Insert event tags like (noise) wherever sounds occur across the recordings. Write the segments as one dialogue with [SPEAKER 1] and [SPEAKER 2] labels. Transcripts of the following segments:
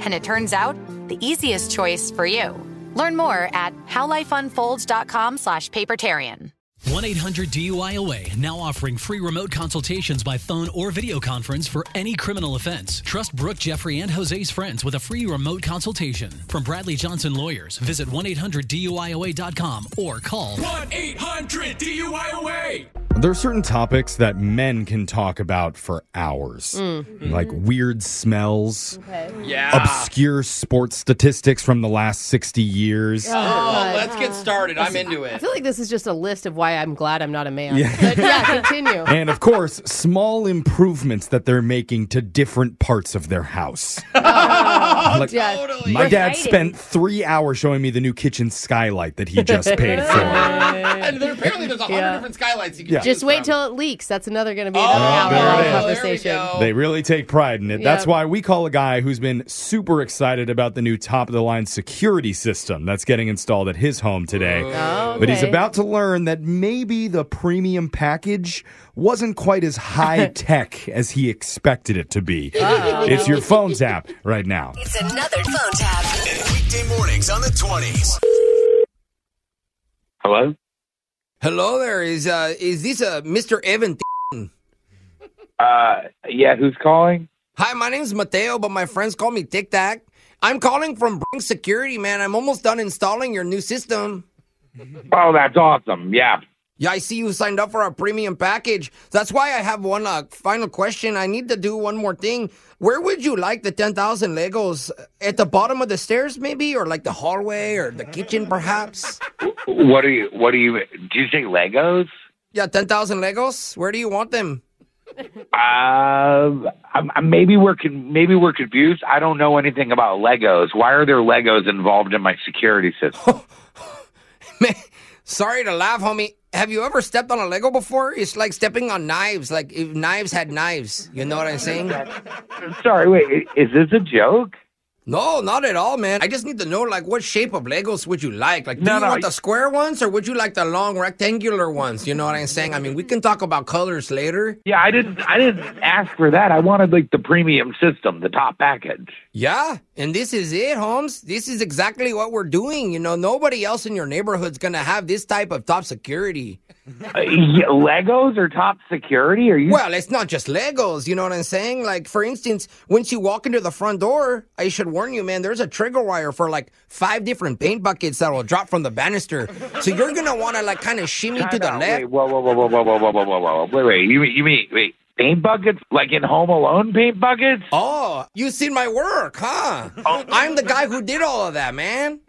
[SPEAKER 1] And it turns out, the easiest choice for you. Learn more at howlifeunfolds.com slash papertarian.
[SPEAKER 2] 1 800 DUIOA now offering free remote consultations by phone or video conference for any criminal offense. Trust Brooke, Jeffrey, and Jose's friends with a free remote consultation. From Bradley Johnson Lawyers, visit 1 800 DUIOA.com or call
[SPEAKER 3] 1 800 DUIOA!
[SPEAKER 4] There are certain topics that men can talk about for hours, Mm-hmm. like weird smells,
[SPEAKER 5] Yeah.
[SPEAKER 4] obscure sports statistics from the last 60 years.
[SPEAKER 5] Oh, let's get started. I'm into
[SPEAKER 6] I
[SPEAKER 5] it.
[SPEAKER 6] feel like this is just a list of why I'm glad I'm not a man. But yeah, continue.
[SPEAKER 4] (laughs) And of course, small improvements that they're making to different parts of their house. Like,
[SPEAKER 6] totally.
[SPEAKER 4] My dad spent three hours showing me the new kitchen skylight that he just paid for.
[SPEAKER 5] (laughs) And there apparently there's a hundred different skylights you can
[SPEAKER 4] Yeah.
[SPEAKER 5] choose
[SPEAKER 6] Just wait
[SPEAKER 5] from.
[SPEAKER 6] till it leaks. That's another going to be
[SPEAKER 5] Oh,
[SPEAKER 6] another hour
[SPEAKER 4] there
[SPEAKER 6] long
[SPEAKER 4] it is.
[SPEAKER 6] conversation.
[SPEAKER 5] There we go.
[SPEAKER 4] They really take pride in it. That's
[SPEAKER 6] Yeah.
[SPEAKER 4] why we call a guy who's been super excited about the new top of the line security system that's getting installed at his home today.
[SPEAKER 6] Oh,
[SPEAKER 4] But he's
[SPEAKER 6] okay.
[SPEAKER 4] about to learn that maybe the premium package wasn't quite
[SPEAKER 6] (laughs)
[SPEAKER 4] as high tech as he expected it to be.
[SPEAKER 6] Ah.
[SPEAKER 4] It's your phone's app right now.
[SPEAKER 7] It's another phone tab.
[SPEAKER 8] Hello?
[SPEAKER 5] Hello there. Is uh is this uh Mr. Evan?
[SPEAKER 8] Uh, yeah, who's calling?
[SPEAKER 5] Hi, my name's Mateo, but my friends call me Tic Tac. I'm calling from Brink Security, man. I'm almost done installing your new system.
[SPEAKER 8] Oh, that's awesome. Yeah.
[SPEAKER 5] Yeah, I see you signed up for our premium package. That's why I have one uh, final question. I need to do one more thing. Where would you like the 10,000 Legos? At the bottom of the stairs, maybe? Or like the hallway or the kitchen, perhaps?
[SPEAKER 8] What are you, what are you, do you say Legos?
[SPEAKER 5] Yeah, 10,000 Legos? Where do you want them?
[SPEAKER 8] Um, I'm, I'm- maybe we're, con- maybe we're confused. I don't know anything about Legos. Why are there Legos involved in my security
[SPEAKER 5] (laughs)
[SPEAKER 8] system?
[SPEAKER 5] Sorry to laugh, homie. Have you ever stepped on a Lego before? It's like stepping on knives, like if knives had knives. You know what I'm saying?
[SPEAKER 8] Sorry, wait, i- is this a joke?
[SPEAKER 5] No, not at all, man. I just need to know, like, what shape of Legos would you like? Like, do
[SPEAKER 8] No,
[SPEAKER 5] you
[SPEAKER 8] no,
[SPEAKER 5] want
[SPEAKER 8] y-
[SPEAKER 5] the square ones or would you like the long rectangular ones? You know what I'm saying? I mean, we can talk about colors later.
[SPEAKER 8] Yeah, I didn't, I didn't ask for that. I wanted like the premium system, the top package.
[SPEAKER 5] Yeah, and this is it, Holmes. This is exactly what we're doing. You know, nobody else in your neighborhood's gonna have this type of top security.
[SPEAKER 8] Uh, yeah, Legos are top security? Are you?
[SPEAKER 5] Well, it's not just Legos, you know what I'm saying? Like, for instance, once you walk into the front door, I should warn you, man, there's a trigger wire for like five different paint buckets that will drop from the banister. So you're gonna wanna like kind of shimmy to the
[SPEAKER 8] Time out.
[SPEAKER 5] left.
[SPEAKER 8] Wait, whoa, whoa, whoa, whoa, whoa, whoa, whoa, whoa, whoa, whoa. Wait, wait. You, you mean, wait, paint buckets? Like in Home Alone paint buckets?
[SPEAKER 5] Oh, you seen my Oh, work, huh? I'm the guy who did all of that, man.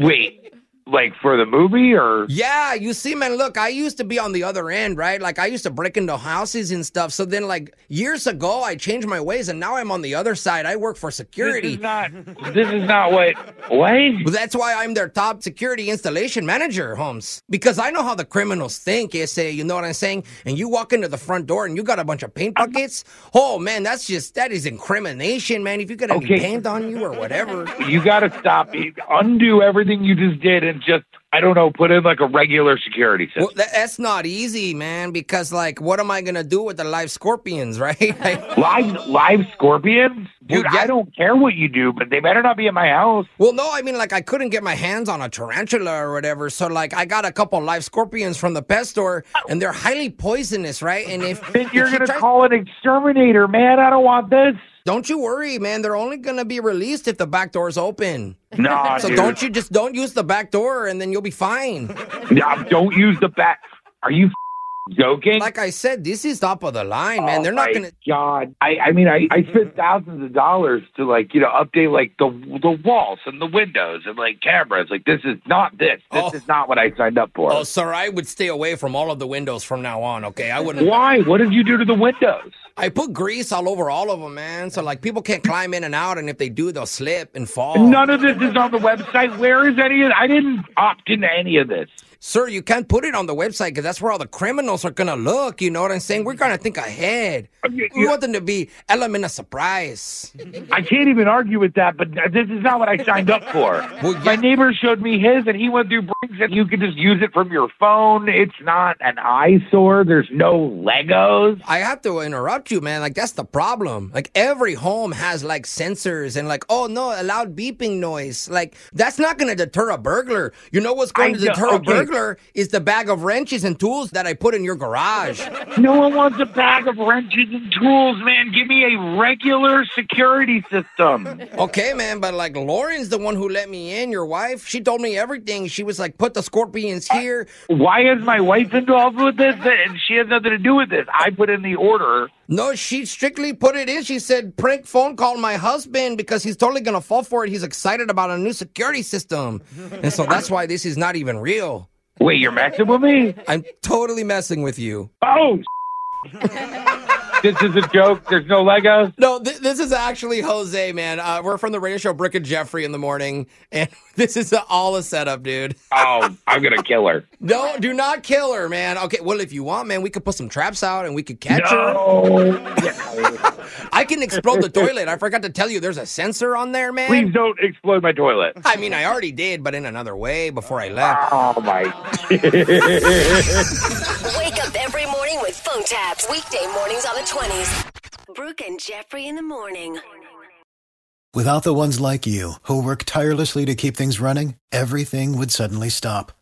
[SPEAKER 8] Wait, like for the movie or?
[SPEAKER 5] Yeah, you see, man, look, I used to be on the other end, right? Like, I used to break into houses and stuff. So then, like, years ago, I changed my ways, and now I'm on the other side. I work for security. This is
[SPEAKER 8] not, this is not what, what?
[SPEAKER 5] that's why I'm their top security installation manager, Holmes. Because I know how the criminals think, eh, say, you know what I'm saying? And you walk into the front door and you got a bunch of paint buckets. Oh, man, that's just, that is incrimination, man. If you got any
[SPEAKER 8] Okay.
[SPEAKER 5] paint on you or whatever.
[SPEAKER 8] You got to stop, undo everything you just did, and just I don't know, put in like a regular security system.
[SPEAKER 5] Well, that, that's not easy, man, because, like, what am I going to do with the live scorpions, (laughs) right? Like-
[SPEAKER 8] Live, live scorpions, dude. I don't care what you do, but they better not be in my house.
[SPEAKER 5] Well, no, I mean, like, I couldn't get my hands on a tarantula or whatever. So, like, I got a couple live scorpions from the pet store, and they're highly poisonous, right? And if
[SPEAKER 8] Then you're
[SPEAKER 5] if you
[SPEAKER 8] gonna
[SPEAKER 5] try-
[SPEAKER 8] call an exterminator, man. I don't want this.
[SPEAKER 5] don't you worry, man. They're only gonna be released if the back door's open.
[SPEAKER 8] Nah,
[SPEAKER 5] so
[SPEAKER 8] dude.
[SPEAKER 5] don't you just don't use the back door, and then you'll be fine.
[SPEAKER 8] Nah, don't use the back. Are you f- joking?
[SPEAKER 5] Like I said, this is top of the line, man. They're not
[SPEAKER 8] Oh my
[SPEAKER 5] gonna.
[SPEAKER 8] God, I, I mean, I, I spent thousands of dollars to like you know update like the the walls and the windows and like cameras. Like this is not this. This is not what I signed up for.
[SPEAKER 5] Oh, sir, I would stay away from all of the windows from now on. Okay, I wouldn't.
[SPEAKER 8] Why? What did you do to the windows?
[SPEAKER 5] I put grease all over all of them, man. So like people can't climb in and out, and if they do, they'll slip and fall.
[SPEAKER 8] None of this is on the website. Where is any of? I didn't opt into any of this.
[SPEAKER 5] Sir, you can't put it on the website because that's where all the criminals are gonna look. You know what I'm saying? We're gonna think ahead. We want them to be element of surprise.
[SPEAKER 8] I can't even argue with that, but this is not what I signed up for. My neighbor showed me his, and he went through bricks, and you can just use it from your phone. It's not an eyesore. There's no Legos.
[SPEAKER 5] I have to interrupt you, man. Like that's the problem. Like every home has like sensors and like, oh no, a loud beeping noise. Like that's not gonna deter a burglar. You know what's going
[SPEAKER 8] I
[SPEAKER 5] to
[SPEAKER 8] know-
[SPEAKER 5] deter a
[SPEAKER 8] okay.
[SPEAKER 5] burglar is the bag of wrenches and tools that I put in your garage.
[SPEAKER 8] No one wants a bag of wrenches and tools, man. Give me a regular security system.
[SPEAKER 5] Okay, man, but like Lauren's the one who let me in, your wife. She told me everything. She was like, put the scorpions here.
[SPEAKER 8] Why is my wife involved with this? And she has nothing to do with this. I put in the order.
[SPEAKER 5] No, she strictly put it in. She said, prank phone call my husband because he's totally going to fall for it. He's excited about a new security system. And so that's why this is not even real.
[SPEAKER 8] Wait, you're messing with me?
[SPEAKER 5] I'm totally messing with you.
[SPEAKER 8] Oh, this is a joke. There's no Legos.
[SPEAKER 5] No, th- this is actually Jose, man. Uh, we're from the radio show Brick and Jeffrey in the morning. And this is all a setup, dude.
[SPEAKER 8] Oh, I'm gonna kill her.
[SPEAKER 5] No, do not kill her, man. Okay, well, if you want, man, we could put some traps out and we could catch
[SPEAKER 8] No.
[SPEAKER 5] her. I can explode the toilet. I forgot to tell you, there's a sensor on there, man.
[SPEAKER 8] Please don't explode my toilet.
[SPEAKER 5] I mean, I already did, but in another way before I left.
[SPEAKER 8] Oh my!
[SPEAKER 9] Wake up every morning with phone taps. Weekday mornings on the 20s. Brooke and Jeffrey in the morning.
[SPEAKER 10] Without the ones like you, who work tirelessly to keep things running, everything would suddenly stop.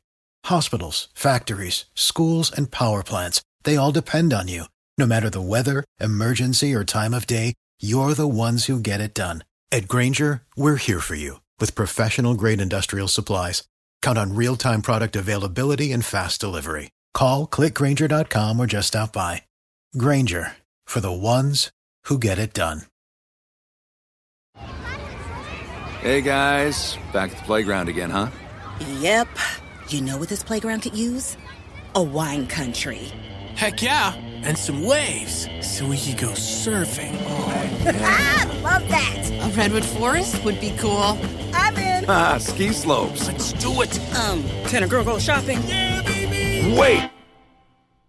[SPEAKER 10] Hospitals, factories, schools, and power plants, they all depend on you. No matter the weather, emergency, or time of day, you're the ones who get it done. At Granger, we're here for you with professional grade industrial supplies. Count on real time product availability and fast delivery. Call clickgranger.com or just stop by. Granger for the ones who get it done.
[SPEAKER 11] Hey guys, back at the playground again, huh?
[SPEAKER 7] Yep. You know what this playground could use? A wine country.
[SPEAKER 3] Heck yeah! And some waves, so we could go surfing.
[SPEAKER 12] (laughs) ah, love that. A redwood forest would be cool. I'm in.
[SPEAKER 11] Ah, ski slopes.
[SPEAKER 12] Let's do it. Um, can a girl go shopping?
[SPEAKER 11] Wait!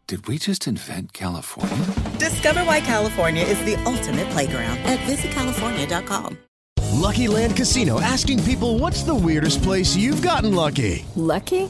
[SPEAKER 11] Did we just invent California?
[SPEAKER 7] Discover why California is the ultimate playground at visitcalifornia.com.
[SPEAKER 13] Lucky Land Casino asking people what's the weirdest place you've gotten lucky?
[SPEAKER 14] Lucky?